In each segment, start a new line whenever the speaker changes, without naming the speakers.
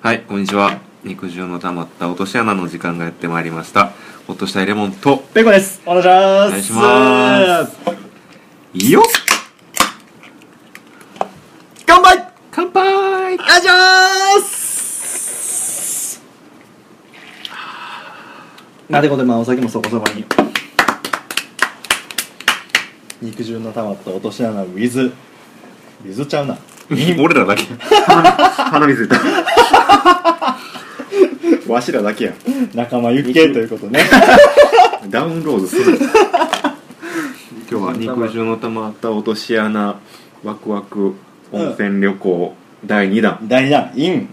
はい、こんにちは。肉汁の溜まった落とし穴の時間がやってまいりました。落としたいレモンと、
ペコです。お願いしま
お
す。
願いしますよっ
乾杯。
乾杯
お願いします。なでことまあお酒もそこそばに。肉汁の溜まった落とし穴 with 水ちゃうな。
俺らだけ。鼻水出た。
わしらだけやん
仲間由紀恵ということね。
ダウンロードする
今日は肉汁の溜まっ
また落とし穴ワクワク温泉旅行、第2弾
第二弾 in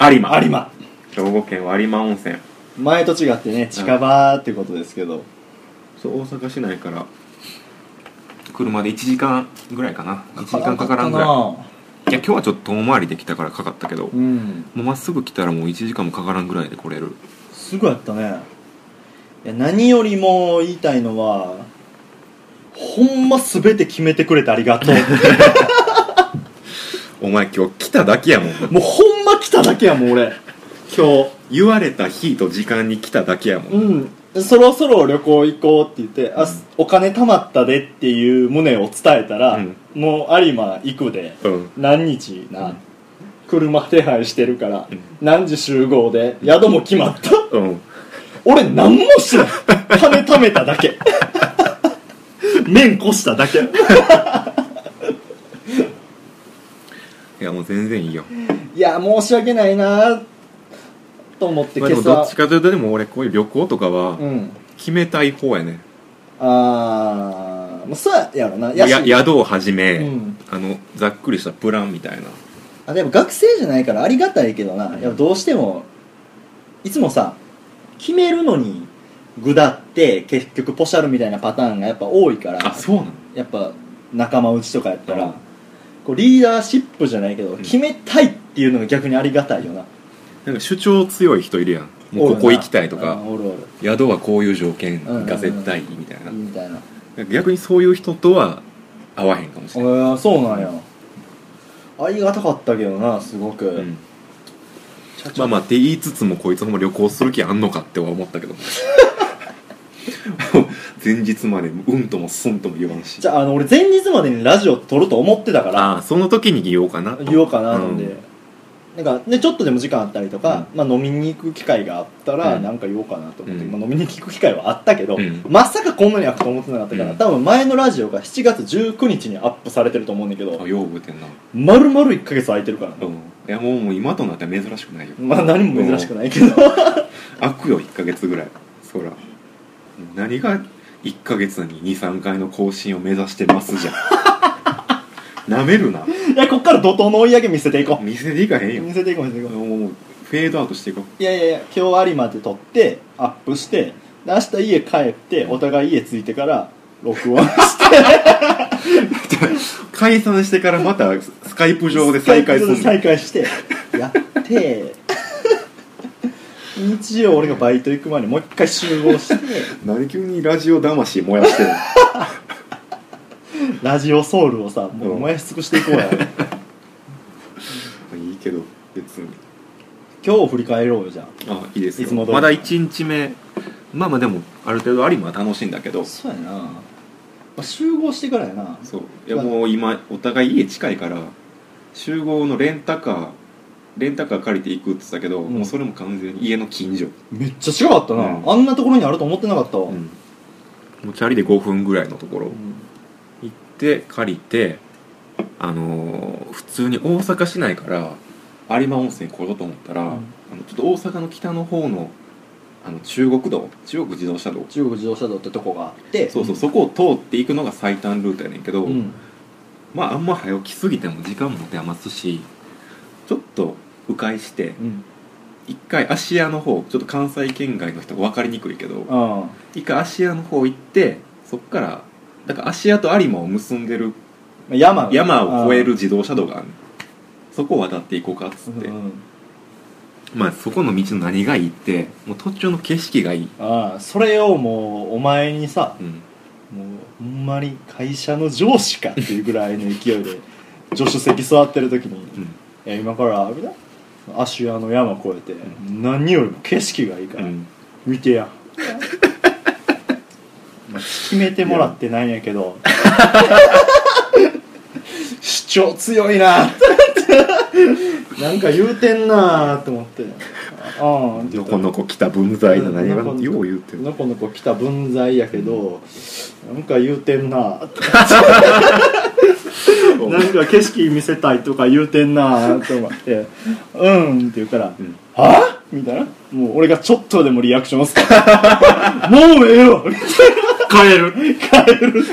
有馬
有馬。
兵庫県は有馬温泉
前と違ってね近場ってことですけど。
そう大阪市内から
車で1時間ぐらいかな。1時間かからんぐらい。いや、
な
今日はちょっと遠回りできたからかかったけど、も
うん。
うまっすぐ来たらもう1時間もかからんぐらいで来れる。
すごいやったねいや何よりも言いたいのはほんま全て決めてくれてありがとう
お前今日来ただけやもん
もうほんま来ただけやもん俺今
言われた日と時間に来ただけやもん、
日うんそろそろ旅行行こうって言って「あすお金貯まったで」っていう旨を伝えたら、
うん
もう有馬行くで
うん
何日な、
うん
車手配してるから、
うん
何時集合で宿も決まった
うん
俺何もしてない金貯めただ け麺こしただけ
いやもう全然いいよ
いや申し訳ないなと思って
まあ
今
でもど
朝、
っちかというとでも俺こういう旅行とかは
うん
決めたい方やね
ああまあそうやろな
や
し
宿をはじめ、
うん
あのざっくりしたプランみたいな
あでも学生じゃないからありがたいけどなやっぱどうしてもいつもさ決めるのにぐだって結局ポシャルみたいなパターンがやっぱ多いから
そうなの
やっぱ仲間内とかやったら、
うん
こうリーダーシップじゃないけど決めたいっていうのが逆にありがたいよな
なんか主張強い人いるやんもうここ行きたいとか
うんおるおる
宿はこういう条件
うん
が絶対いいみたいな、
みたいな
逆にそういう人とは合わへんかもし
え
れない、
ー、そうなんやありがたかったけどなすごく、
うんまあまあって言いつつもこいつほんま旅行する気あんのかっては思ったけど もう前日までうんともすんとも言わんし
じゃああの俺前日までにラジオ撮ると思ってたから
ああその時に言おうかな
言おうかななんで、
うん
なんかねちょっとでも時間あったりとか、まあ、飲みに行く機会があったら
うん
なんか言おうかなと思って、
うん
まあ、飲みに行く機会はあったけど、
うん
まさかこんなに開くと思ってなかったから、
うん
多分前のラジオが7月19日にアップされてると思うんだけど
あよう覚えてんな
丸々1ヶ月空いてるから
うん
ね、
いやもうもう今となっては珍しくないよ
まあ何も珍しく
ない
ないけど
開くよ1ヶ月ぐらいそら何が1ヶ月に23回の更新を目指してます じゃんなめるない
やこっから怒涛の追い上げ見せていこう
見せていかへんよ
見せていこう見せていこう
もうもうフェードアウトしていこ
いやいやいや今日有馬で撮ってアップしてで明日家帰ってお互い家着いてから録音して
う解散してからまたスカイプ上で再開する
スカイプ上で再開してやって 日曜俺がバイト行く前にもう一回集合 して
何急にラジオ魂燃やしてる
ラジオソウルをさもう燃やし尽くしていこう や、
いいけど別に
今日を振り返ろうよじゃ
あいいですよ
いつも通り
まだ1日目まあまあでもある程度有馬は楽しいんだけ
あ
ど
そうやな、まあ、集合してからやな
そういやもう今お互い家近いから集合のレンタカーレンタカー借りて行くって言ってたけど、
うん
もうそれも完全に家の近所、
めっちゃ近かったな、
うん
あんなところにあると思ってなかった
う
わ、
んもうチャリで5分ぐらいのところ行って借りてあのー普通に大阪市内から有馬温泉来ようと思ったら、
ん
あのちょっと大阪の北の方のあの中国道中国自動車道
中国自動車道ってとこがあって
そうそうそこを通っていくのが最短ルートやねんけど、
うん
まああんま早起きすぎても時間も持て余すしちょっと迂回して
うん
一回芦屋の方ちょっと関西圏外の人分かりにくいけど
あ
一回芦屋の方行ってそっからだから芦屋と有馬を結んでる
あ山が
山を越える自動車道があるそこを渡っていこうかっつって、
うん
まあそこの道の何がいいってもう途中の景色がいい、
ああそれをもうお前にさ
うん、
もうほんまに会社の上司 かっていうぐらいの勢いで助手席座ってる時に
うん
「いや今からあれだ芦屋の山越えて、何よりも景色がいいから、
うん
見て やまあ決めてもらってないんやけど 主張強いな なんか言うてんなと思ってああ
のこのこ来た文在の何が
うん
よう言うてる
のこのこ来た分際やけど、なんか言うてんななんか景色見せたいとか言うてんなと思って「うん」って言ったら「
うん
はあ?」みたいなもう俺がちょっとでもリアクションすから「もうええわ」みたいな「帰る帰る」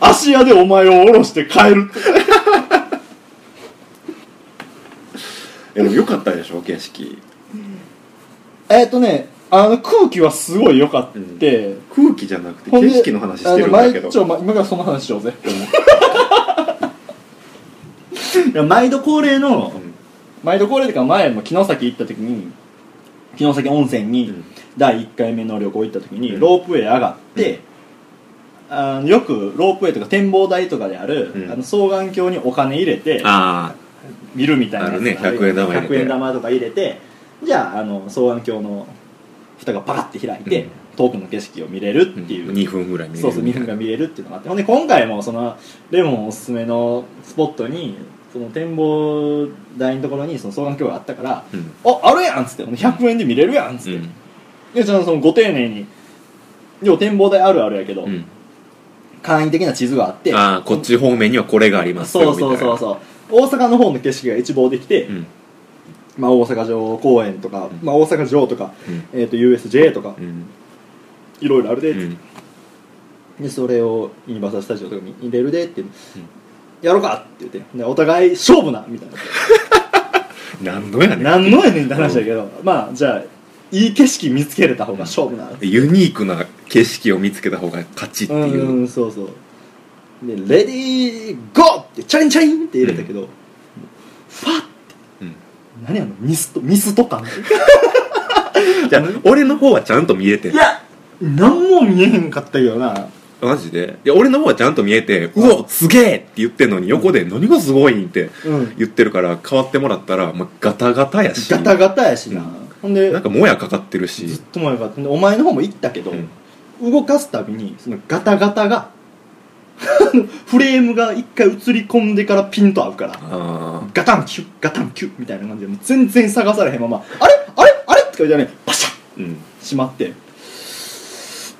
足屋でお前を下ろして帰るって
えでもよかったでしょ景色
えっとねあの空気はすごい良かって、
空気じゃなくて
ほん
景
で
色の話してるんだけど
あの毎ちょま今からその話しようぜいや毎度恒例の
うん
毎度恒例というか前も城崎行った時に城崎温泉
う
に
ん
第1回目の旅行行った時に
うん
ロープウェイ上がって、あのよくロープウェイとか展望台とかである、
うん
あの双眼鏡にお金入れて
あ
見るみたいなやつ
あるね100円玉入れて
100円玉とか入れてじゃああの双眼鏡の蓋がパカッて開いて、
うん
遠くの景色を見れる
あ
っていう、
2分ぐらい見れる
そうそう2分が見れるっていうのがあってほんで今回もそのレモンおすすめのスポットにその展望台のところにその双眼鏡があったから「
うん
ああるやん」っつって「ほんで100円で見れるやん」っつって、
うん
でちゃんとそのご丁寧に要は展望台あるあるやけど、
うん
簡易的な地図があって
ああこっち方面にはこれがあります
そうそうそうそう大阪の方の景色が一望できて、
うん
まあ、大阪城公園とか、
ん
まあ、大阪城とか、
うん
えー、と USJ とか
うん
いろいろあるでっ
う
つって
ん
でそれをユニバーサル・スタジオとかに入れるでって、やろうかって言ってでお互い勝負なみたい
何のやねん
な何のやねんって話だけど、まあじゃあいい景色見つけれた方が勝負なって
ユニークな景色を見つけた方が勝ちって
うん
いう、
うんそうそうで「レディーゴー!」ってチャリンチャリンって入れたけど、ファッて、
うん
何あのミストミスト感
じゃあ俺の方はちゃんと見えて
いや何も見えへんかったけどな
マジでいや俺の方はちゃんと見えて「うおすげえ!」って言ってんのに横で「何がすごい!」って
うん
言ってるから変わってもらったら、まあ、ガタガタやし
ガタガタやしな、
うん
ほんで
なんかもやかかってるし
ずっと前からでお前の方も行ったけど、
うん
動かすたびにそのガタガタが あのフレームが一回映り込んでからピンと合うから
あ
ガタンキュッガタンキュッみたいな感じでもう全然探されへんままあれあれあれって言われたらねパシャッ
ーうん
閉まって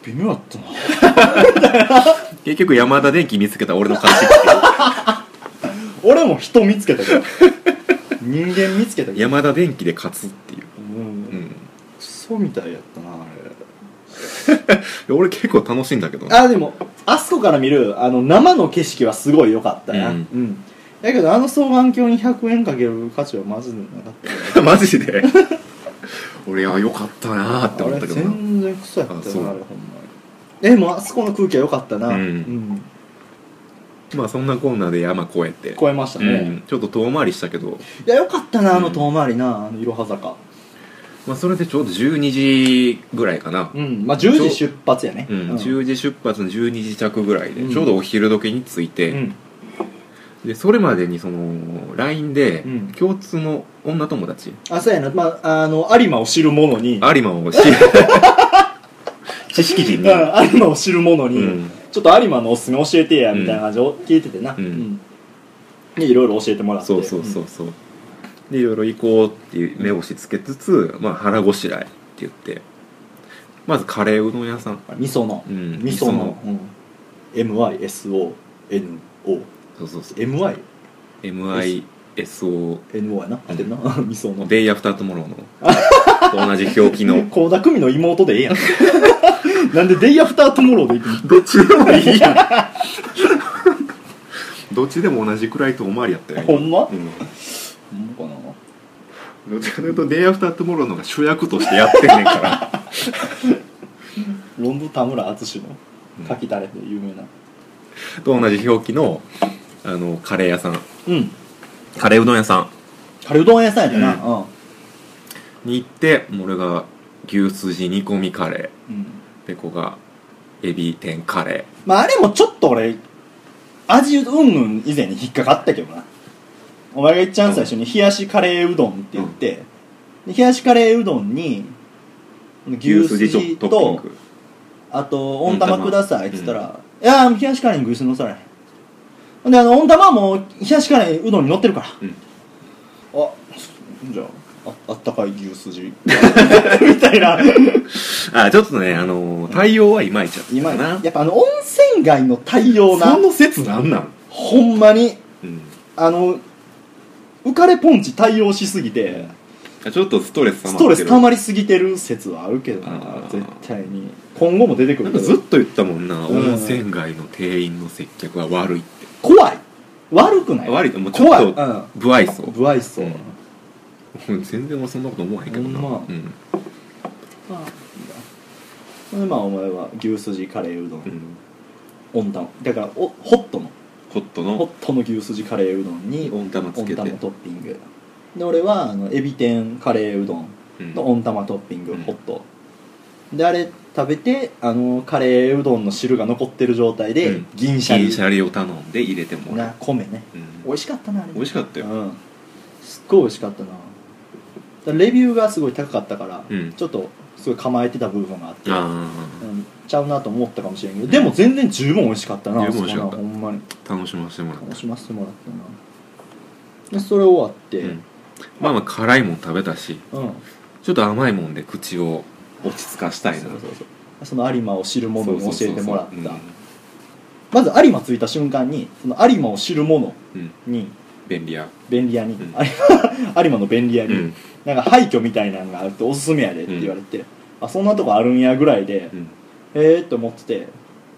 微妙だったな
結局山田電機見つけた俺の勝ちっていう
俺も人見つけたけど人間見つ けたけど、
山田電機で勝つっていう、
う、
うんん、
クソみたいやったなあ
俺結構楽しいんだけど
れあでもあそこから見るあの生の景色はすごい良かったな、
う
うんんだけどあの双眼鏡に100円かける価値はマジでなかったよ
マジ で俺はよかったなーって思ったけど
あれ
な
全然クソやったよ
あそう
なあれほんまにえもうあそこの空気は良かったな
うん
ん
まあそんなコーナーで山越えて
超えましたね、
うん、ちょっと遠回りしたけど、
いや良かったなあの遠回りなあのいろは坂
まあ、それでちょうど12時ぐらいかな、
うんまあ10時出発やね
うん
うん
10時出発の12時着ぐらいで、
うん
ちょうどお昼時に着いうて、
ん
でそれまでにその LINE で
うん
共通の女友達、
あそうやな、まあ、あの有馬を知る者に
有馬をし 知識人
うん
に、
有馬を知る者に、
うん
ちょっと有馬のおすすめ教えてやみたいな感じを聞いててな、
うん
でいろいろ教えてもらって
そうそうそうそう、でいろいろ行こうっていう目星つけつつ、まあ、腹ごしらえって言ってまずカレーうどん屋さん、
うん味噌の
うん、
味噌の、MISONO
MISO のそうそうそう
MINO
MISO
やな合ってんな 味噌の
デイアフタートモローのと同じ表記の
倖田來未の妹でええやん なんで「デイアフタートモロー」でいくの
どっちでもいい やんどっちでも同じくらいとおまわりやったよ
ほんま
うん
ほんまか
ど
な
っちかというと「デイアフタートモローの方が主役としてやってんねんから
論文田村淳の書きたれで有名な
と同じ表記のあのカレー屋さん
うん
カレーうどん屋さん
カレーうどん屋さんやでな
う
うん
に行って俺が牛すじ煮込みカレ
うん
ーペコがエビ天カレ
まああれもちょっと俺味うんぬん以前に引っかかったけどな
ー
お前がいっちゃん最初に冷やしカレーうどんって言って、で冷やしカレーうどんに牛すじ
トッ
と
ピング
あと温玉くださいって言ったら「いやー冷やしカレーに牛すじのされへん」ほんであの温玉はもう冷やしカレーうどんに乗ってるから、
うん
あじゃあああったかい牛すじ みたいな
あちょっとねあのー対応はいまいちゃった
今
かな
やっぱあの温泉街の対応な
その説なんなん、
ほんまに
うん
あの浮かれポンチ対応しすぎて、
ちょっとストレス溜ま
ス
って
ト
る
レス溜まりすぎてる説はあるけど
あ
な
ー
絶対に今後も出てく
な
る
んか
け
ずっ
ど
と言ったもんな、
うん
温泉街の店員の接客は悪いって
怖い悪くない
悪いともうちょっ
怖い、
と不愛想
うん、不愛想、
うんうん全然俺そんなこと思わへんけどな、
ほんま
うん
でまあお前は牛すじカレーうど
うんん
温玉だからおホットの
ホット
ホッ
の
トの牛すじカレーうどんに
温玉つ
温
けて
玉トッピングで俺はあのエビ天カレーうどん
うん
の温玉トッピング、
うん
ホットであれ食べてあのカレーうどんの汁が残ってる状態で、
うん
銀シャリ
銀シャリを頼んで入れてもら
な米ね
う、うん
美味しかったなあれ
美味しかったよ
うん、すっごい美味しかったなだからレビューがすごい高かったから、
うん
ちょっとすごい構えてた部分があって
あ
うん、ちゃうなと思ったかもしれんけど、でも全然十分美味しかったな
十分美味しかった
あそこなほんまに
あ楽しませてもらった
楽しませてもらったなでそれ終わって
うんまあまあ辛いもん食べたし
うん、
ちょっと甘いもんで口を落ち着かしたいな
そうそうそうその有馬を知る者に教えてもらった
そうそうそう
まず有馬着いた瞬間にその有馬を知る者
うんうん
に
便利や
便利屋に、
うん
有馬の便利屋に、
うん
なんか廃墟みたいなのがあるっておすすめやでって言われて、あそんなとこあるんやぐらいで、
うん
えーって思ってて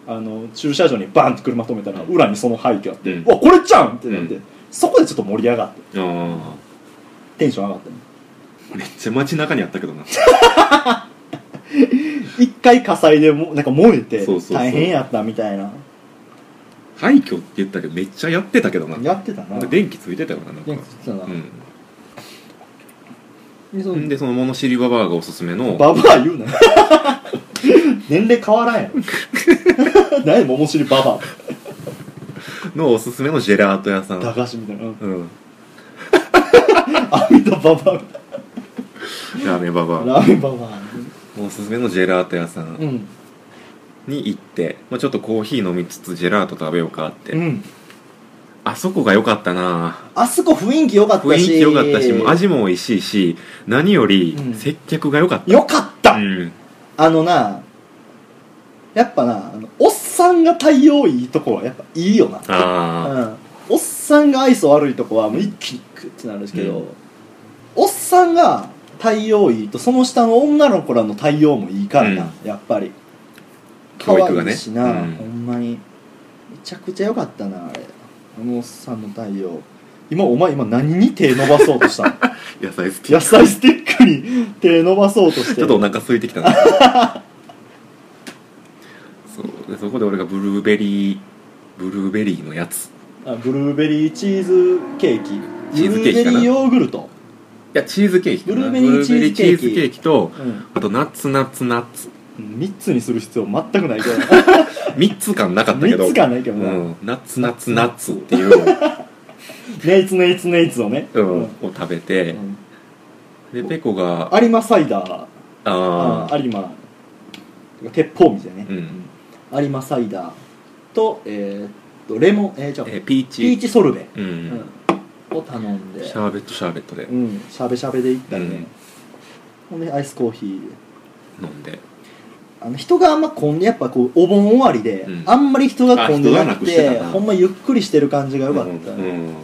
あの駐車場にバンって車止めたら、
うん
裏にその廃墟あって「
うん
うわこれじゃん!」ってなって、
うん
そこでちょっと盛り上がって
あ
テンション上がったね
あめっちゃ街中にあったけどな
一回火災でもなんか燃えて
そうそうそう
大変やったみたいな
廃墟って言ったけどめっちゃやってたけどな
やってたな
なんか電気ついてたよななんか
電気つってたな、
う
でその
んでその物知りババアがおすすめの
ババア言うな年齢変わらんやろ何や桃尻ババ
のおすすめのジェラート屋さ
ア駄
ん
菓子みたいなうん
うん
アミとババアみたい
ラーメンバ
な
バ
ラーメンババア
アおすすめのジェラート屋さ
うんん
に行って、まあ、ちょっとコーヒー飲みつつジェラート食べようかって、
うん
あそこが良かったな
あそこ雰囲気良かったし
雰囲気良かったしもう味も美味しいし何より
うん
接客が良かっ、
良かったた、
うん
あのなやっぱなあのおっさんが対応いいとこはやっぱいいよな
ああ
うんおっさんが愛想悪いとこはもう一気にクッてなるんですけど、
うん
おっさんが対応いいとその下の女の子らの対応もいいからな、やっぱり
教育が
可愛
ね
いしな、
うん
ほんまにめちゃくちゃ良かったなあれあのおっさんの対応今お前今何に手伸ばそうとしたの
野菜好き
野菜スティックに手伸ばそうとし て
ちょっとお腹空いてきたなそうでそこで俺がブルーベリーブルーベリーのやつい
あブルーベリーチーズケーキ
チーズケーキかな
ブルーベリーヨーグルト、
やチーズケーキかな
ブルーベリーチーズケーキ
ブルベリーチーズケーキと
うん、
あとナッツナッツナッツ
3つにする必要全くないけど
3つ感なかったけど
3つかないけど
う
な、
ん、ナッツナッツナッツっていう、
ネイツネイツネイツをね、
うん、を食べ
う
て
ん
でペコが
有馬サイダー
あ
あ有馬てか鉄砲水だね
う、ん、
有馬サイダーと,、えーっとレモンえー、じゃあ
えピーチ
ピーチソルベ、
う
うん
ん、
を頼んで
シャーベットシャーベットで
うんしゃべしゃべで行ったりね、
うん
ほんでアイスコーヒーで
飲んで
あの人があんま混んでやっぱこうお盆終わりで、
うん
あんまり人が混んでなく
あ人がなく
て
してたな
ほんまゆっくりしてる感じがよかった、
うん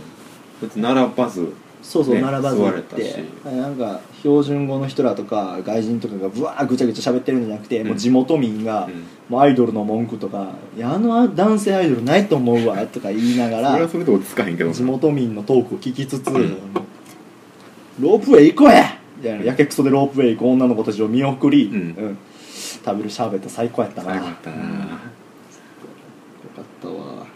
別に並ばず
そうそう、
ね
並ばず行っ
座れた
て
し
なんか標準語の人らとか外人とかがぶわーぐちゃぐちゃ喋ってるんじゃなくて、
うん
もう地元民が、
うん
もうアイドルの文句とか「いやあの男性アイドルないと思うわ」とか言いなが
それ
ら
はそれで落ち着かへんけどな
地元民のトークを聞きつつ
ん
「ロープウェイ行こうや!」みたいなやけくそでロープウェイ行く女の子たちを見送り、
うん
うん食べるシャーベット最高やったな
最高やったな
うんよかったわ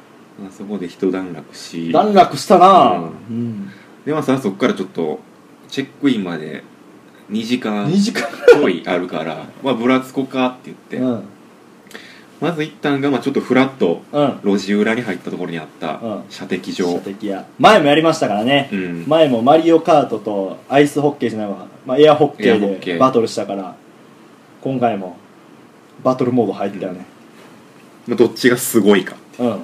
まあそこで一段落し
段落したな、う
うんでまあさそこからちょっとチェックインまで2時間
2時間
ちょいあるからまあぶらつこかって言って、
うん
まず一旦がまあちょっとフラッと
うん
路地裏に入ったところにあった
うん
射的
射
場
的や前もやりましたからね、
うん
前もマリオカートとアイスホッケーじゃないわ、まあ、エアホッケ
エアホッ
ー
ケ
で
ー
バトルしたから今回もバトルモード入ったよね
まあどっちがすごいか
うん、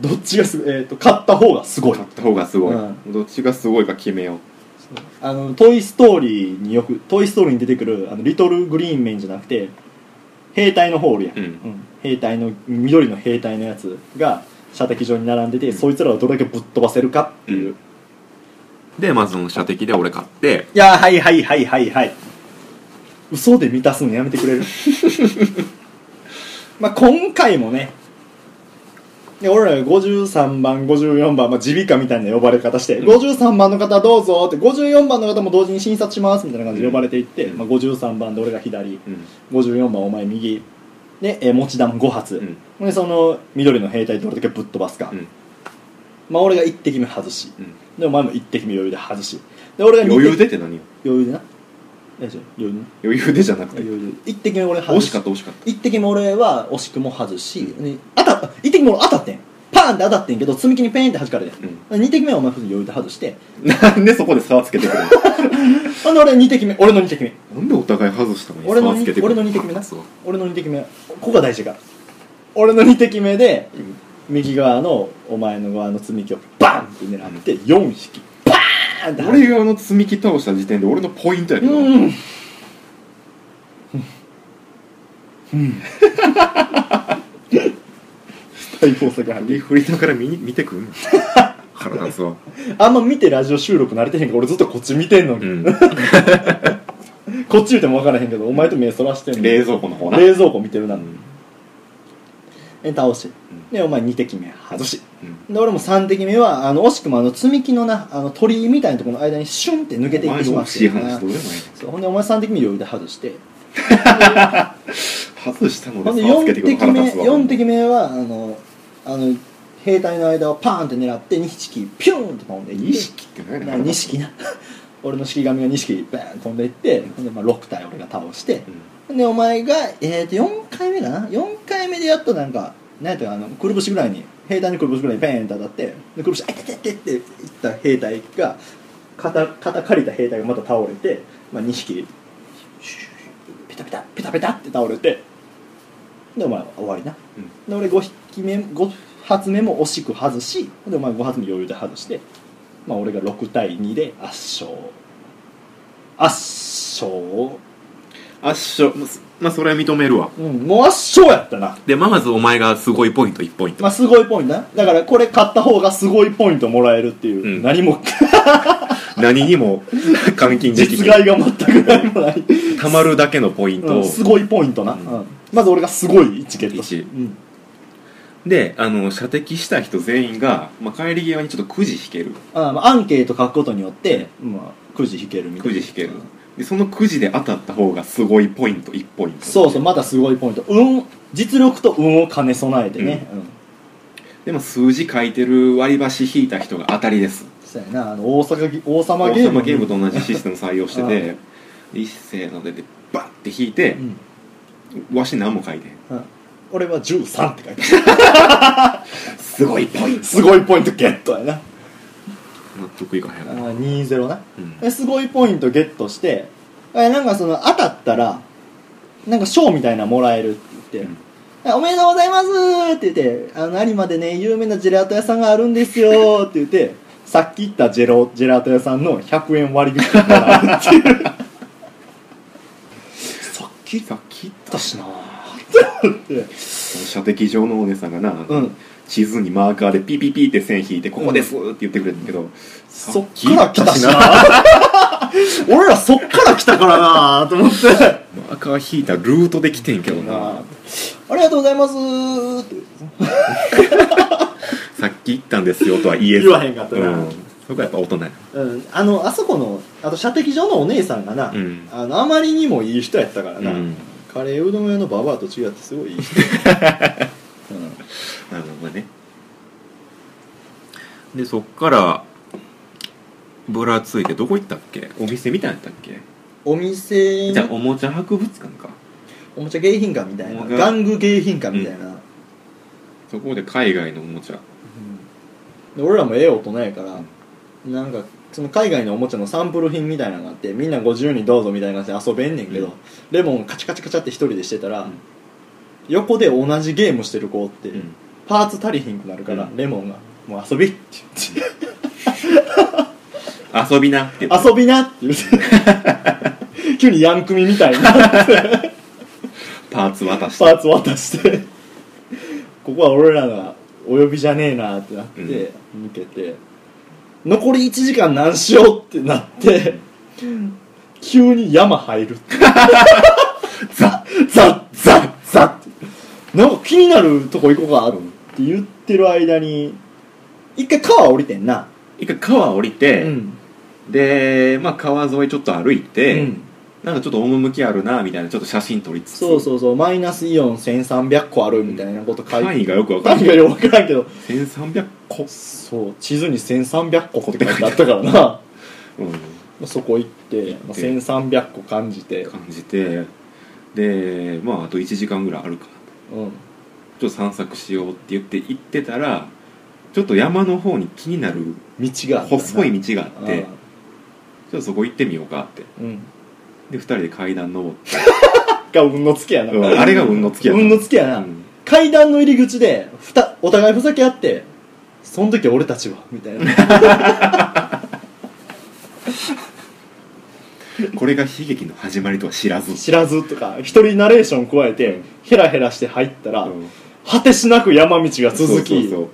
どっちがすえっ、と勝った方がすごい
勝った方がすごい、
う
どっちがすごいか決めよう
あの「トイ・ストーリー」によく「トイ・ストーリー」に出てくるあのリトル・グリーン・メンじゃなくて兵隊のホールやん、
うん
兵隊の緑の兵隊のやつが射的場に並んでて、そいつらをどれだけぶっ飛ばせるかっていう、
うん
い
でまずその射的で俺買って
やーはいはいはいはいはい嘘で満たすのやめてくれる まあ今回もねで俺らが53番54番まあ耳鼻科みたいな呼ばれ方して、53番の方どうぞって54番の方も同時に診察しますみたいな感じで呼ばれていって、
うん
まあ、53番で俺が左
うん
54番お前右で、えー持ち弾5発、
うん
でその緑の兵隊どれだけぶっ飛ばすか、
うん
まあ俺が1滴目外し
うん
でお前も1滴目余裕で外しで俺が二滴
余裕でって何よ
余裕でな大丈夫余裕でな
余裕でじゃなくて
余裕で1滴目俺外
惜
し
しかった惜しかっ
1滴目俺は惜しくも外し、で当たっ1滴目俺当たってんパーンって当たってんけど積み木にペーンって弾かれてん
た、うん
2滴目はお前普通に余裕で外して
なんでそこで差をつけてくるの
ほんで俺2滴目俺の2滴目
なんでお互い外したのに
俺の
差をつけて
二
く
俺
る
の2滴目な
そう
俺の2滴目ここが大事か俺の2滴目で
うん
右側のお前の側の積み木をバンって狙って4匹バーンって
俺があの積み木倒した時点で俺のポイントやけど、
うんうん大砲先入
リ
り
フリだから見に見て くんの腹立つわ
あんま見てラジオ収録慣れてへんから俺ずっとこっち見てんの
う
に、
ん
こっち見ても分からへんけどお前と目そらしてんの
冷蔵庫の方な
冷蔵庫見てるな、
うん
で倒してでお前2滴目外し
うん
で俺も3滴目はあの惜しくもあの積み木のなあの鳥居みたいなところの間にシュンって抜けていってし
お前の
まっ
惜しい
て
話どうでもいい
そうほんでお前3滴目余裕で外して
外したの
ほん
で
で
差をつけ
4
てくる
滴
腹
目
立つわ
4滴目はあのあの兵隊の間をパーンって狙って2匹ピューンって飛んでいって
錦って何やねん
な
腹
2
立つ
匹な 俺の式神が2匹バーン飛んでいってほんでまあ6体俺が倒してほんでお前が、えー、と4回目かな4回目でやっとなんか何やったかあのくるぶしぐらいに兵隊にくるぶしぐらいにペーンって当たってでくるぶしあいてててっていった兵隊が肩肩借りた兵隊がまた倒れて、まあ、2匹シュシュシュペタペタペタペタって倒れてでお前は終わりな、で俺5匹目5発目も惜しく外しでお前5発目余裕で外して、まあ、俺が6対2で圧勝圧勝
うん圧勝まあそまあそれは認めるわ
うんもう圧勝やったな
でまあまずお前がすごいポイント1ポイント、
まあすごいポイントなだからこれ買った方がすごいポイントもらえるっていう、
うん
何も
何に も換金でき
実
ない
害が全くないもない、
たまるだけのポイン
う
ト
ん、すごいポイントな、
うん
うんまず俺がすごいチケット
一
うん
であの射的した人全員が、まあ、帰り際にちょっとくじ引ける
あまあ、アンケート書くことによって、まあ、くじ引けるみたい
く
な
じ引けるでそのくじで当たった方がすごいポイント1ポイント
そうそうまたすごいポイント運実力と運を兼ね備えてね、うん
でも数字書いてる割り箸引いた人が当たりです
そうやなあの大阪ぎ王様
王
ゲーム
様ゲームと同じシステム採用してて 一斉の出てバッて引いて
う、ん
わし何も書いてへん
うん俺は13って書いてあ
すごいポイン
る すごいポイントゲットやな
納得いかへん
あ
な、
20な
うん
ですごいポイントゲットしてえなんかその当たったらなんか賞みたいなのもらえるって言って「おめでとうございます」って言って「あの有馬でね有名なジェラート屋さんがあるんですよ」って言ってさっき言ったジェロジェラート屋さんの100円割引がもらえるっていうさっき言
さっき言っ
ったしなって
た射的場のお姉さんがな、
うん
地図にマーカーでピピピって線引いて「ここです」って言ってくれたけど、
そっから来たしな俺らそっから来たからなと思って
マーカー引いたルートで来てんけどな
ありがとうございますーって
さっき言ったんですよとは言えず
言わへんかったな
うんそこはやっぱ大人や
うん、あのあそこのあと射的場のお姉さんがな、
うん
あのあまりにもいい人やったからな、
うん
カレーうどん屋のババアと違ってすごいいい人、う
なるほどね
でそっからぶらついてどこ行ったっけ
お店みたいなやったっけ
んお店
じゃあ
の
おもちゃ博物館か
おもちゃ迎賓館みたいな
うん
玩具迎賓館みたいな、
そこで海外のおもちゃ
で俺らもええ大人やから、
う
なんかその海外のおもちゃのサンプル品みたいなのがあってみんなご自由にどうぞみたいな感じで遊べんねんけど、
うん
レモンカチャカチャカチャって一人でしてたら、
うん
横で同じゲームしてる子おって、
うん
パーツ足りひんくなるから、
うん
レモンが「もう遊び」って言って
遊びなって言っ
「遊びな」 って言って急にヤンクミみたいな
パーツ渡し
パーツ渡してここは俺らがお呼びじゃねえなってなって、抜けて残り1時間何しようってなって急に山入るって ザッザッザッザッってなんか気になるとこ行こうかって言ってる間に一回川降りてんな、
一回川降り
う
て、
ん
で、まあ、川沿いちょっと歩いて、
うん
なんかちょっと趣あるなみたいなちょっと写真撮りつつ
そうそうそうマイナスイオン1300個あるみたいなこと書いて
単位がよくわかん
単
な
位
い
がよく分からんけど
1300個、
そう地図に1300個って書いてあったからな
うん、
そこ行って、
行っ
まあ、
て
1300個感じて、
感じてでまああと1時間ぐらいあるかな
うん、
ちょっと散策しようって言って行ってたらちょっと山の方に気になる
道があったな
細い道があっ
あ
てちょっとそこ行ってみようかって
あうん
で2人で階段登って
が運のつけやな、
うんあれが運のつきやった
運のつけやな、
うん
階段の入り口でふたお互いふざけ合ってその時俺たちはみたい な
これが悲劇の始まりとは知らず
知らずとか一人ナレーション加えてヘラヘラして入ったら、
うん
果てしなく山道が続き
そうそうそ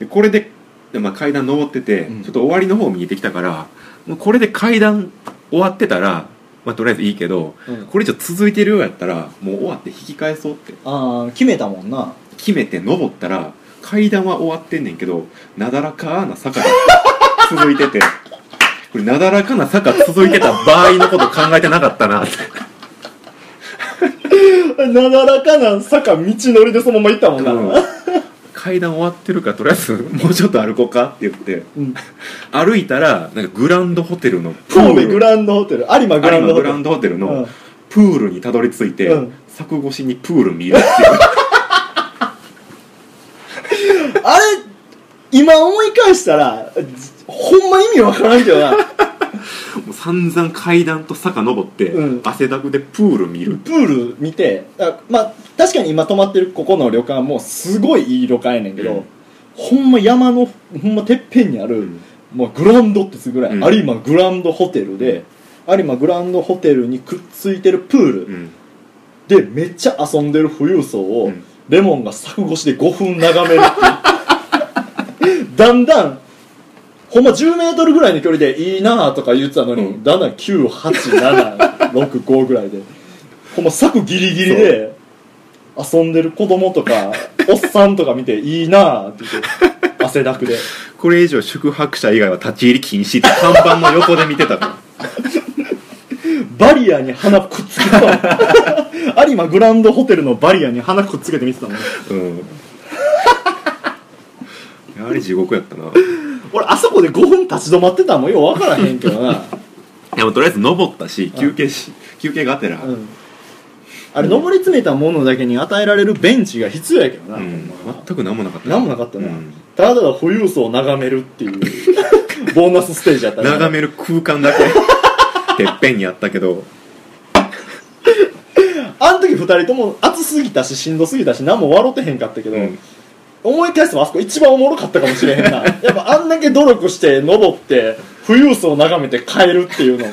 うでこれで、でまあ、階段登ってて、
うん
ちょっと終わりの方見えてきたからもうこれで階段終わってたら、まあ、とりあえずいいけど
うん
これ以上続いてるようやったらもう終わって引き返そうって
ああ決めたもんな
決めて登ったら階段は終わってんねんけどなだらかな坂が続いててこれなだらかな坂続いてた場合のこと考えてなかったなって
なだらかな坂道のりでそのまま行ったもんな、
うん階段終わってるからとりあえずもうちょっと歩こうかって言って
うん
歩いたらなんかグランドホテルのプール
神戸グランドホテル有馬グラ
有
ン
馬
ドホ
グ
テル
ランドホテル
うん
のプールにたどり着いて、
うん
柵越しにプール見るっていう
あれ今思い返したらじほんま意味わからんけどな
もう散々階段と坂登って、
うん
汗だくでプール見る
プール見てあまあ確かに今泊まってるここの旅館もすごいいい旅館やねんけど、
うん
ほんま山のほんまてっぺんにある、
ん
まあ、グランドってすぐらい、
うん
有馬グランドホテルで、有馬グランドホテルにくっついてるプール、
うん
でめっちゃ遊んでる富裕層を、
うん
レモンが柵越しで5分眺めるっていう だんだんほんま1 0ルぐらいの距離でいいなとか言ってたのに、
うん
だんだん98765ぐらいでほんま柵ギリギリで遊んでる子供とか おっさんとか見ていいなって言って汗だくで
これ以上宿泊者以外は立ち入り禁止って看板の横で見てたから
バリアに鼻くっつ けたもん有馬グランドホテルのバリアに鼻くっつけて見てたもん
うんあれ地獄やったな
俺あそこで5分立ち止まってたもんよう分からへんけ どな、
でもとりあえず登ったし休憩し休憩がてら、
うん、あれ登り詰めたものだけに与えられるベンチが必要やけどな、
う
ほん
ん
まは
全く何もなかった
なんもなかったな、
うん
ただただ富裕層を眺めるっていう ボーナスステージやったな
眺める空間だけてっぺんにあったけど
あの時2人とも暑すぎたししんどすぎたし何も笑ってへんかったけど、
うん
思い返してもあそこ一番おもろかったかもしれへ んなやっぱあんだけ努力して登って富裕層を眺めて帰るって いうの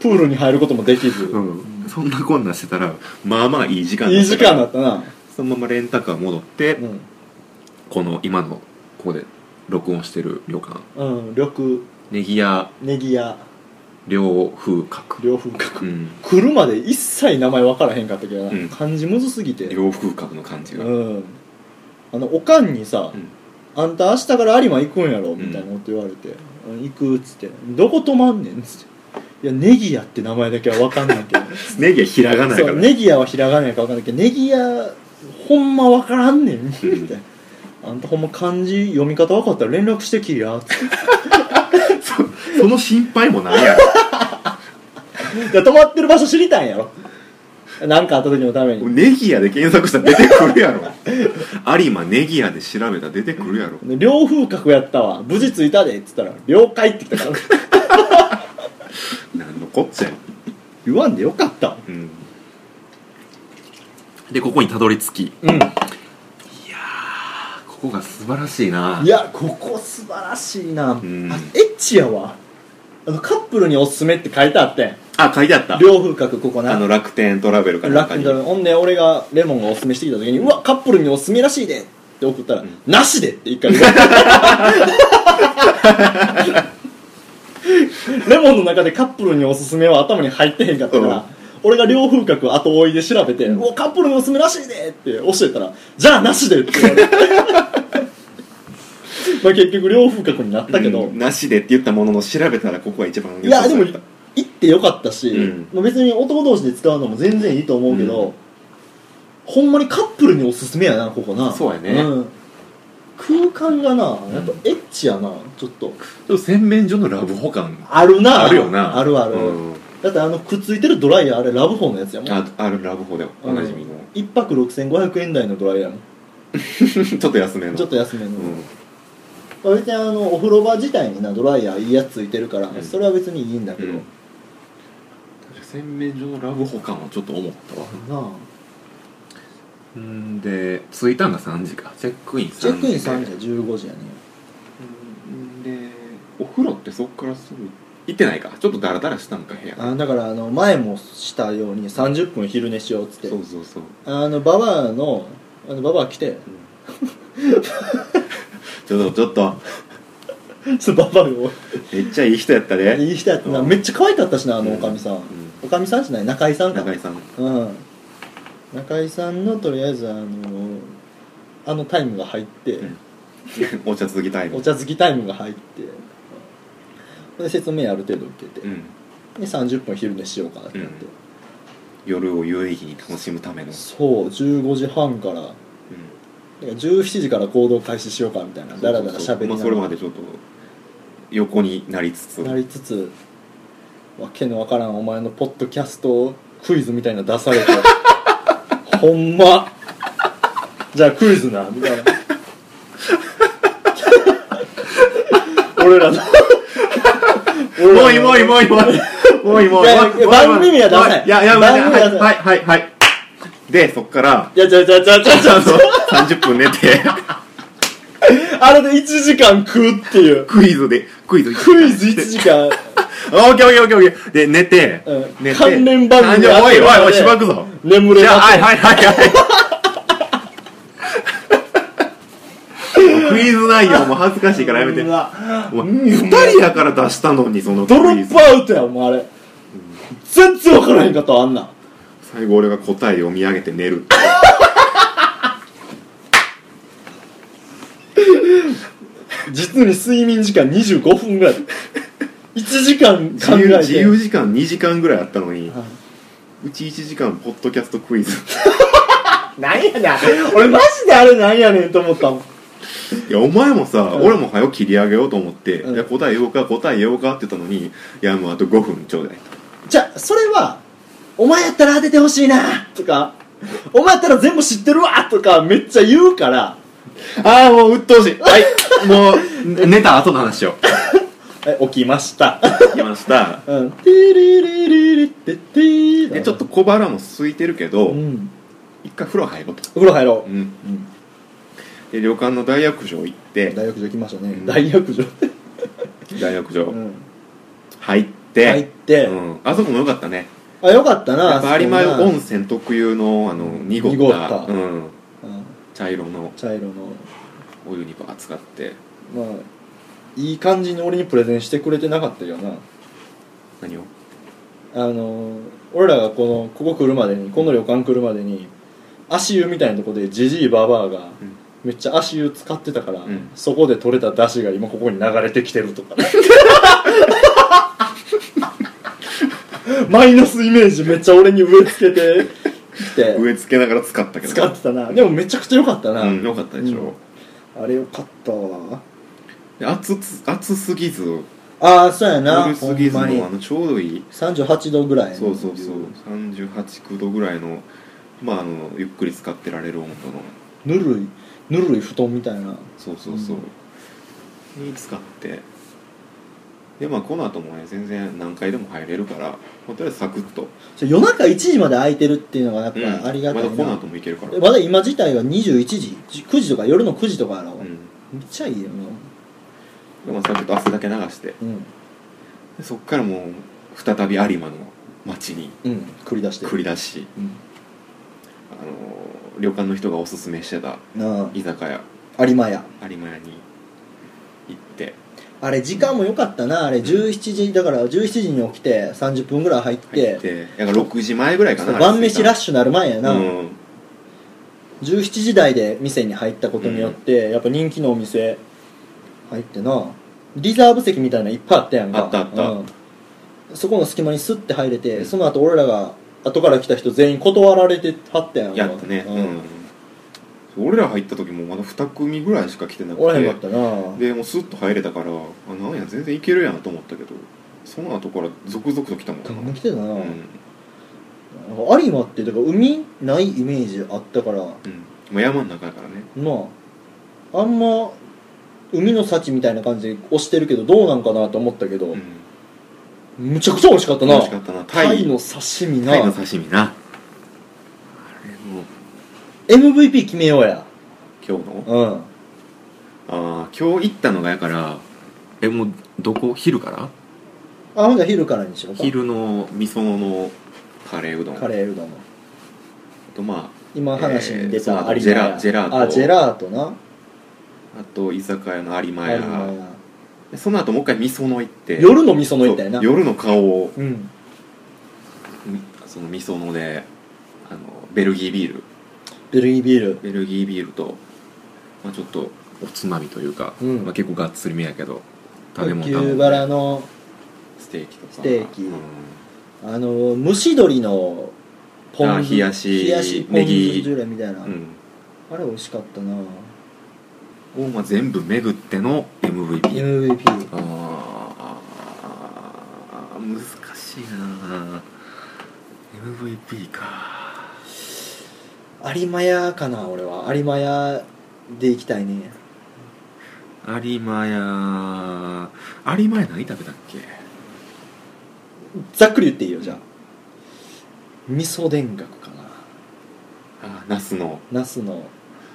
プールに入ることもできず、
うん、そんなこんなんしてたらまあまあいい時間
いい時間だ
だ
ったな、
そのままレンタカー戻って、
うん
この今のここで録音してる旅館
うん、緑
ネギ屋
ネギ屋
両風閣
両風格
うん
来るまで一切名前分からへんかったけどな、
うん
漢字むずすぎて
両風閣の感じが、
うんあのおかんにさ、
うん
あんた明日から有馬行くんやろ」みたいなこと言われて「うん行く」っつって「どこ泊まんねん」っつって「いやネギ屋って名前だけは分かんない けど」
ネギはひらがないか
そ
ら
う
ね
ネギ屋はひらがなやから分かんないけどネギ屋ほんま分からんねんみたいな。あんたほんま漢字読み方分かったら連絡してきやっつって
そ その心配もないやろ
いや泊まってる場所知りたいんやろ何かあった時のために
ネギ屋で検索したら出てくるやろ有馬ネギ屋で調べたら出てくるやろ
両風格やったわ無事ついたでっつったら了解って言ったか
な
ら
んのこっちゃよ、
言わんでよかったわ
うん、でここにたどり着き
うん
ここが素晴らしいない
やここ素晴らしいな、
ん
あエッチやわあのカップルにおすすめって書いてあってん
あ書いてあった
両風格ここな
あの楽天トラベルかなん
楽
か
に
に
だほんで俺がレモンがおすすめしてきた時に「うわカップルにおすすめらしいで」って送ったら「
ん
なしで」って一回 言われたレモンの中でカップルにおすすめは頭に入ってへんかったから、
うん
俺が両風格後追いで調べて「うわカップルにおすすめらしいで」って教えたら「じゃあなしで」って言われて まあ結局両風格になったけど、
うんなしでって言ったものの調べたらここが一番
いやでも
良さそうだっ
行ってよかったし、
うん
まあ別に男同士で使うのも全然いいと思うけど、
うん
ほんまにカップルにおすすめやなここな
そうやね
ん空間がなやっぱエッチやなちょっと
たちょっと洗面所のラブホ感
あるな
あるよな
あるある、
うん
だってあのくっついてるドライヤーあれラブホンのやつやもん
ああるラブホでおなじみの、
1泊6500円台のドライヤーやもん
ちょっと安めの
ちょっと安めの、
うん
まあ別にあのお風呂場自体になドライヤーいいやつついてるから、
うん
それは別にいいんだけど、
うん洗面所のラブホ感はちょっと思ったわ
なあ
うんで着いたんが3時かチェックイン3時
チェックイン3時15時やね
うんでお風呂ってそっからすぐ行ってないかちょっとダラダラしたんか部屋
あだからあの前もしたように30分昼寝しようっつって
そうそうそう
あのババアのあのババア来 て
ちょっとちょっと
ちょっとババア を
めっちゃいい人やったで、
いい人やったな
うん
めっちゃ可愛かったしなあのおかみさん、
う
おかみさんじゃない中井さん
ん、
か
中井さん
うん中井さんのとりあえずあのあのタイムが入って、
うんお茶続きタイム
お茶漬きタイムが入ってで説明ある程度受けて、
う
で
ん、
30分昼寝しようかなってなって、
夜を有意義に楽しむための、
そう15時半からだから17時から行動開始しようかみたいなだらだら喋
ま
りな
あ、
が
そ
ら
れまでちょっと横になりつつ
なりつつわけのわからんお前のポッドキャストクイズみたいなの出されて ほんまじゃあクイズなみたいな俺らの
も
俺
ういいもういいもういいもういいもういいもういい
いや
もういい
番組名は出さない
いやいや
番組名は出さな
はいはいはいはいでそっから
いやじゃあじゃあじゃあじゃあじ
ち
ゃ
ゃんと30分寝 て
ああれで1時間食うっていう
クイズでクイズ
クイズ1時間
オッケーオッケーオッケーオッケーで寝て、
うん
寝て
関連番組
おいおいおい
で
しばくぞ
眠れ
じゃあ
ま
は
せ
い
ん
はいはい はいクイズ内容も恥ずかしいからやめて
う
お
わ
前2人やから出したのにそのク
ドロ
イ
ッ
ズ
プアウトやお前あれ全然分からへんかったわあんなん
最後俺が答え読み上げて寝 る
実に睡眠時間25分ぐらい1時間
自
考え
由
て
自由時間2時間ぐらいあったのに、
はいう
ち1時間ポッドキャストクイズ
なんやねん俺マジであれなんやねんと思ったもん
いやお前もさ、
うん
俺も早く切り上げようと思って、
うん
いや答え言おうか答え言おうかって言ったのにいやもうあと5分ちょうだい
じゃあそれは「お前やったら当ててほしいな」とか「お前やったら全部知ってるわ」とかめっちゃ言うから
ああもう鬱陶しいはいもう寝た後の話を
え起きました
来ました
うんティリリリリってティー
でちょっと小腹も空いてるけど、
うん
一回風呂入ろうと、
お風呂入ろ
うん、
う、うん、
で旅館の大浴場行って
大浴場行きましたね、
うん
大浴場、
大浴場
うん、
入って、
入って、
うん、あそこも良かったね
あよかったな
やっぱ有馬
そんな
温泉特有のあの濁った
濁った
うん、
うん
茶色の
茶色の
お湯にバー使って
まあいい感じに俺にプレゼンしてくれてなかったよな
何を
あの俺らがこのここ来るまでにこの旅館来るまでに足湯みたいなとこでジジイババ
う
アが
ん
めっちゃ足湯使ってたから、
うん
そこで取れた出汁が今ここに流れてきてる とかマイナスイメージめっちゃ俺に植え付け てきて
植え付けながら使ったけど
使ってたなでもめちゃくちゃ良かったな、
うん、よかったでしょ、
あれ良かったわ
で暑つ暑すぎず
ああそうやな
夜
ほ
過
ん
ぎず
まに
のあのちょうどいい
38度ぐらいの
そうそうそう389度ぐらいのまああのゆっくり使ってられる温度の
ぬるいぬるい布団みたいな
そうそうそう、に使ってでまあこの後もね全然何回でも入れるからホテルサクッと
それ夜中1時まで空いてるっていうのがやっぱありがたいな、
まだこの後も行けるから
えまだ今自体は21時9時とか夜の9時とかやろ、
うん
めっちゃいいよな
でまあサクッと汗だけ流して
うん
でそっからもう再び有馬の町に
うん繰り出して
繰り出し
う
あの旅館の人がおすすめしてた
ん、な
居酒屋
あ有馬屋
有馬屋に行って
あれ時間も良かったなあれ17時だから17時に起きて30分ぐらい入っ
入
て
ってだから6時前ぐらいか
そう
な
晩飯ラッ
シ
シュなる前やな、
うん
17時台で店に入ったことによって、やっぱ人気のお店入ってなリザーブ席みたいなのいっぱいあったやんか
あったあった
うんそこの隙間にスッて入れて、
うん
その後俺らが後から来た人全員断られてはったやんか
やったねうん俺ら入った時もまだ2組ぐらいしか来てなくて
おらへんかったな
でもうスッと入れたからあなんや全然いけるやんと思ったけどその後から続々と来たもん
どん
な
な来てたな、
うん、
なんか有馬ってだから海ないイメージあったから
うんまあ、山の中だからね
まああんま海の幸みたいな感じで押してるけどどうなんかなと思ったけど、
うん
むちゃくちゃ美味しかった
楽
な
しかったな
タ
タイ
イの刺身な
タイの刺身なあれも
MVP 決めようや
今日の
うん
ああ今日行ったのがやからえもうどこ昼から
あほんじゃ昼からにしようか
昼の味噌のカレーうどん
カレーうどん
とま
今話に出
えーその
た
後
有
ジェ
馬
ラ
屋
ジェラート
あジェラートな
ああと居酒屋の有馬
有
屋
馬屋
でその後もう一回味噌の行って
夜の味噌のみたいな
そう夜の顔を
うん
みその味噌のであのベルギービール
ベルギービール
ベルギービールと、まあ、ちょっとおつまみというか、
うん
まあ、結構がっつりめやけど食べ物頼んで
牛バラの
ステーキとか
ステーキ
うん
あの蒸し鶏の
あ
酢
冷やし
冷やしポン
ネギ
酢ジュレみたいな、
うん
あれ美味しかったな
を、まあ、全部巡っての MVP
MVP
あー難しいな MVP か
有馬屋かな俺は有馬屋で行きたいね
有馬屋有馬屋何食べたっけ
ざっくり言っていいよじゃあ味噌田楽かな
あナスの
ナスの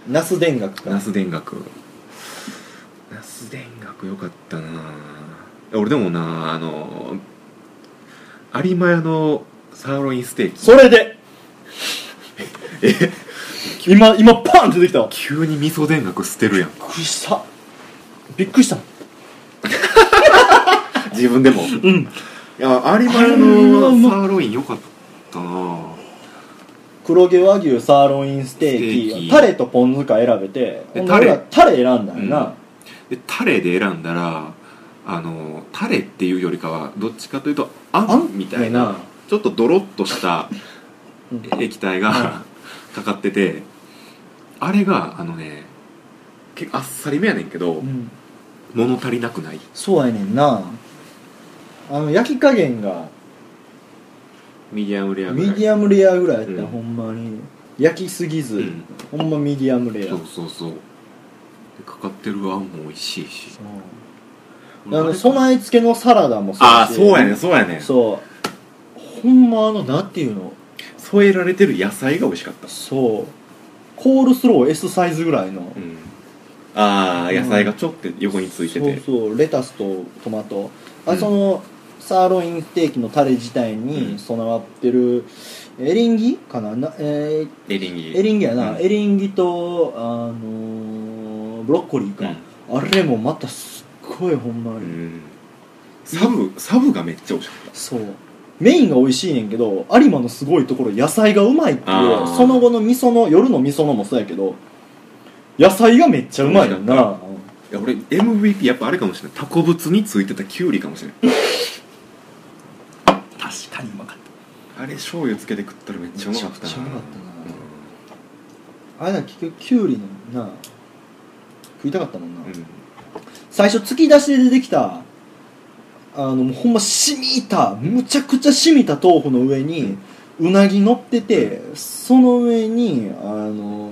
ナス田楽か
ナス田楽ナス田楽よかったな俺でもなあの有馬屋のサーロインステーキ
それで今今パン出てきたびっ
急に味噌田楽捨てるやん
くりしたびっくりした
自分でもい
うん
や有馬屋
有馬
のサーロインよかったな
黒毛和牛サーロインステーキ
ステーキ
タレとポン酢か選べて
で
ほんで
タレ
俺らタレ選んだよな、
でタレで選んだらあのタレっていうよりかはどっちかというとあ
あん
んみたいなちょっとドロッとした
うん
液体がかかっててあれがあのね結構あっさりめやねんけど
うん
物足りなくない
そうやねんなあの焼き加減が
ミディアムレアぐ
ミ
らい
ディアムレアぐらいやったよ、
うん
ほんまに焼きすぎず、
うん
ほんまミディアムレア
そうそうそうでかかってるあんも美味しいし
うんあの備え付けのサラダもそう
ああそうやねんそうやねん
そうほんまあのなんていうの
添えられてる野菜が美味しかった
そうコールスロー S サイズぐらいの、
うんああ野菜がちょっと横についてて
そうそうレタスとトマトあ、
うん
そのサーロインステーキのタレ自体
う
に
ん
備わってるエリンギかなな、え
エリンギ
ーエリンギやな、
うん
エリンギと、あのーブロッコリーか、あれもまたすっごいほんま
う
に、
んサブサブがめっちゃ美味しかった
そうメインが美味しいねんけど有馬のすごいところ野菜がうまいって
あー
その後の味噌の夜の味噌のもそうやけど野菜がめっちゃうまいよ
美味
な、
いや俺 MVP やっぱあれかもしれないタコブツについてたキュウリかもしれない
確かにうまかった
あれ醤油つけて食ったらめっちゃうまかったな
めっちゃうまかったなあれだ結局きゅうりのな食いたかったもんな、
うんうん
最初突き出しで出てきたあのもうほんましみたむちゃくちゃしみた豆腐の上にうなぎ乗っててその上にあの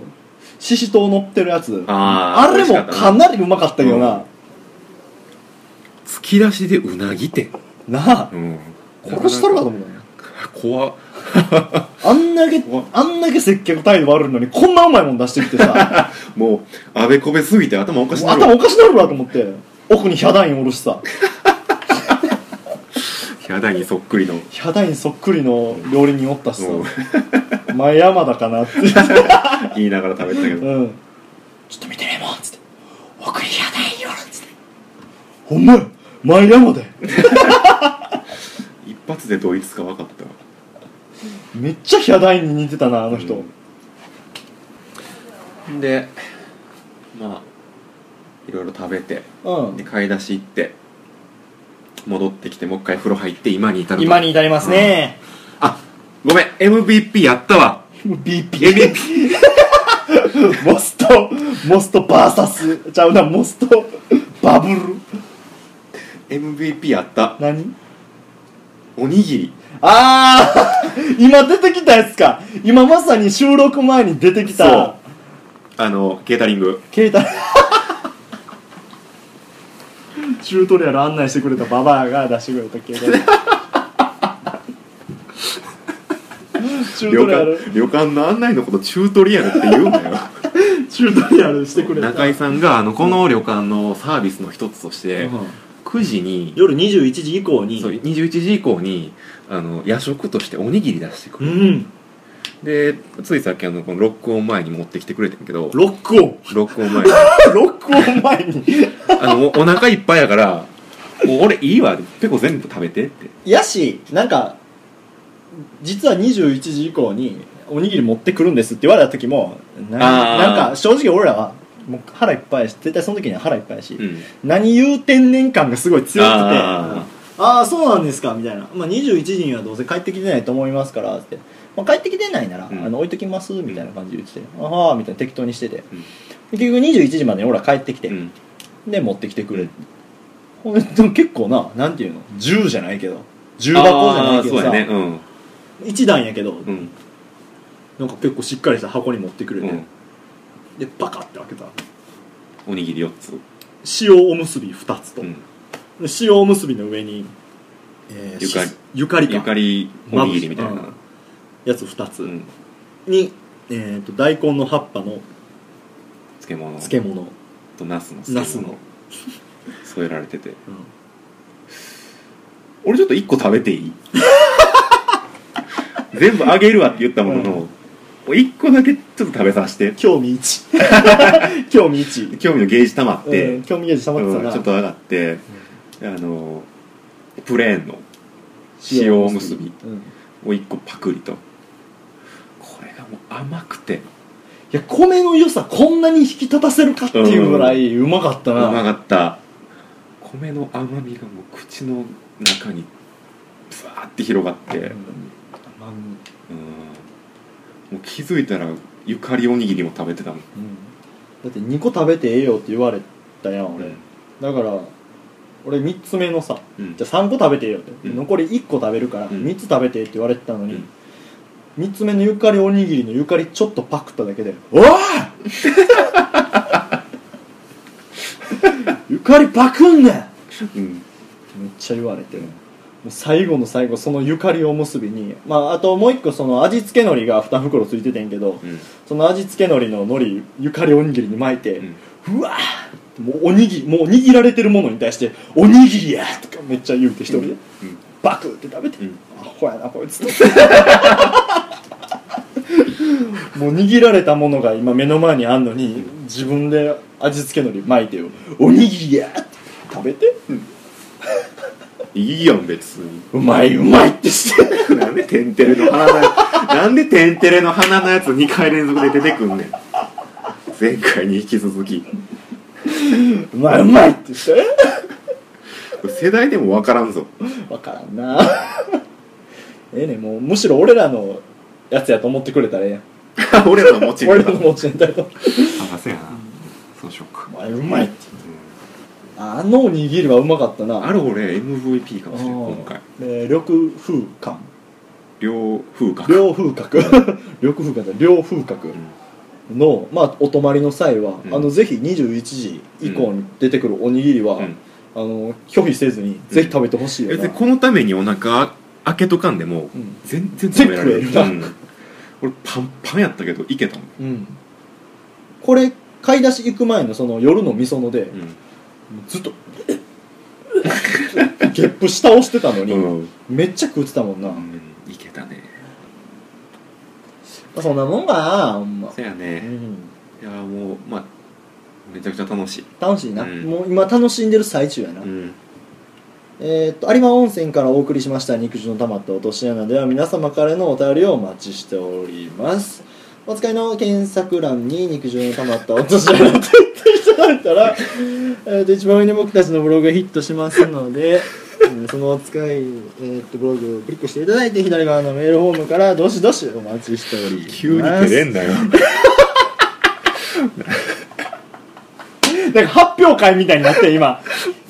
ししとう乗ってるやつ
あ
あ
ー
れもかなりうまかったけどな、
突き出しでうなぎて
なあ
うん
殺しとるかと思うよ
怖っ
あんだけ
怖っ
あんだけ接客態度悪いのにこんなうまいもん出してきてさ
もうあべこべすぎて頭おかしいなる
頭おかしなるわと思って奥にヒャダインおろしさ
ヒャダインにそっくりの
ヒャダインそっくりの料理人おったし
う
さ 前山だかなって
言いながら食べてたけど
うんちょっと見てねえもんっつって奥にヒャダインおるっつってほんまや前山だよ
一発でドイツか分かったわ
めっちゃヒャダインに似てたなあの人、
うんでまあいろいろ食べて
うん
で買い出し行って戻ってきてもう一回風呂入って今に至ると
今に至りますね、
あごめん MVP やったわ
BP
MVP
モストモストバーサスちゃうなモストバブル
MVP やった
何
おにぎり
ああ 今出てきたやつか今まさに収録前に出てき
そう
た
あのケータリング
携帯チュートリアル案内してくれたババアが出してくれた携帯チュー
旅
トリアル
館旅館の案内のことチュートリアルって言うんだ よ
チュートリアルしてくれた
中井さんがあのこの旅館のサービスの一つとして
うん
9時に
夜21時以降に
そう21時以降にあの夜食としておにぎり出してく
う
る
ん
でついさっきあのこのロックオン前に持ってきてくれてんけど
ロックオン
ロックオン前に
ロックオン前に
あのおお腹いっぱいやから「もう俺いいわペコ全部食べて」って
やしなんか実は21時以降におにぎり持ってくるんですって言われた時もな
あー
なんか正直俺らはもう腹いっぱいやし絶対その時には腹いっぱいやし、
うん
何言うてんねん感がすごい強くて
あ
ああそうなんですかみたいな、まあ、21時にはどうせ帰ってきてないと思いますからって、まあ、帰ってきてないなら、
うん
あの置いときますみたいな感じで言ってて、ああみたいな適当にしてて、
うん
結局21時までに俺ら帰ってきて、
うん
で持ってきてくれる、ほんででも結構ななんていうの銃じゃないけど銃箱じゃないけど
あーそ
さ、
うやねうん
一段やけど、
うん
なんか結構しっかりした箱に持ってくれ
う
て、
ん
でバカって開けた
おにぎり4つ
塩おむすび2つと、
うん
で塩おむすびの上に、え
ゆかり
しゆかりか
ゆかりおにぎりみたいな
やつ2つ、
うん
に、えー、と大根の葉っぱの
漬物
漬物、
とナスの
ナスの
添えられてて俺ちょっと1個食べていい 全部あげるわって言ったものの、1個だけちょっと食べさせて
興味1 興味1、
興味のゲージ溜まって、
うん、興味ゲージ溜まってた
う
な、
んちょっと上がって、あのプレーンの
塩
塩
お
お
む
む
す
す
び
び
うん
を1個パクリとこれがもう甘くて
いや米の良さこんなに引き立たせるかっていうぐらいうまかった
う
な、
まかった米の甘みがもう口の中にブワーって広がって、うんもう気づいたらゆかりおにぎりも食べてたもん
うんだって2個食べてええよって言われたやん俺、だから俺3つ目のさ
うん
じゃあ3個食べてえよって、
うん
残り1個食べるから
うん
3つ食べてって言われてたのに、
うん
3つ目のゆかりおにぎりのゆかりちょっとパクっただけで「おい! 」 ゆかりパクん
うん
ねんめっちゃ言われて、もう最後の最後そのゆかりおむすびに、まあ、あともう一個その味付け海苔が2袋ついててんけど、
うん
その味付け海苔の海苔ゆかりおにぎりに巻いて、
うん
うわーもうおにぎりもう握られてるものに対して「おにぎりや!」とかめっちゃ言うて一人で、
うん
バクって食べて、
うん
アホやなこいつもう握られたものが今目の前にあんのに自分で味付け海苔巻いてよ「おにぎりや!」って食べて
いいやん別に
うまいうまいってし て
なんでテンテレの花のやつなんでテンテレの花のやつ2回連続で出てくんねん前回に引き続き
うまいうまいってして
世代でも分からんぞ
わからんなええねんもうむしろ俺らのやつやと思ってくれたらええやん
俺らの持ち
俺らの持ちネタやと
あせやなそうしようか
お前うまいってあのおにぎりはうまかったな
あれ俺 MVP かもしれん
あー
今回
えー緑風館
両風格
両風格 緑風館だ両風格の、まあ、お泊まりの際は、
うん
あのぜひ21時以降に出てくるおにぎりは、
うん
あの拒否せずにぜひ食べてほしいよ
別
な、う
に
ん
このためにお腹開けとかんでも全然食べられる
全然食
うん俺パンパンやったけどいけたもん、
うんこれ買い出し行く前のその夜のみそので、ずっとゲップ下押してたのに、
うん
めっちゃ食ってたもんな、
いけたね
そんなもんかなほんま、
そや
う
ね
ん、
いやもうまあめちゃくちゃ楽しい、
楽しいな、
うん
もう今楽しんでる最中やな、
うん、
えーっと有馬温泉からお送りしました肉汁の溜まった落とし穴では皆様からのお便りをお待ちしておりますお使いの検索欄に肉汁の溜まった落とし穴と言っていただいたら、 えーっと一番上に僕たちのブログがヒットしますので えーそのお使い、えーっとブログをクリックしていただいて左側のメールフォームからどしどしお待ちしております
んだよ
なんか発表会みたいになって今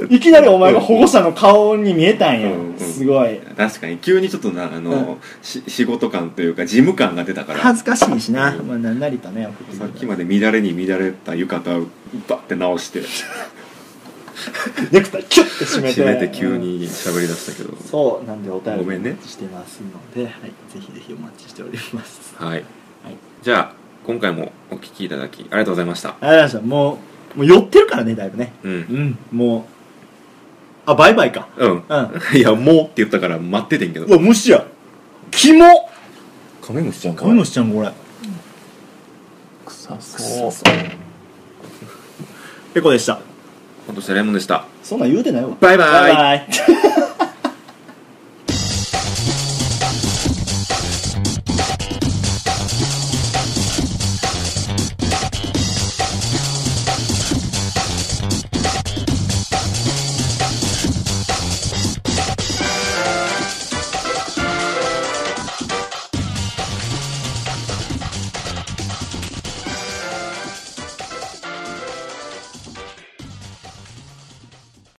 いきなりお前が保護者の顔に見えたんや、
うんうん
すごい
確かに急にちょっとなあの、し仕事感というか事務感が出たから
恥ずかしいしな、
うん
まあ、なんなりとね送ってく
さ
れ
ったきまで乱れに乱れた浴衣をバッて直して
ネクタイキュッて締めて
締めて急
うん
に喋りだしたけど、
そうなんでお便り
ごめんね
してますので、はい、ぜひぜひお待ちしております
はい、
はい
じゃあ今回もお聞きいただきありがとうございました
ありがとうございましたもうもう寄ってるからねだいぶね
うん
うんもうあバイバイか
うん
うん
いやもうって言ったから待っててんけど
うわ虫やキモ
カメムシちゃん
カメムシちゃんこれ
臭そう
ペコでした
今年はレモンでした
そんなん言うてないわ
バイバイ
バイバイ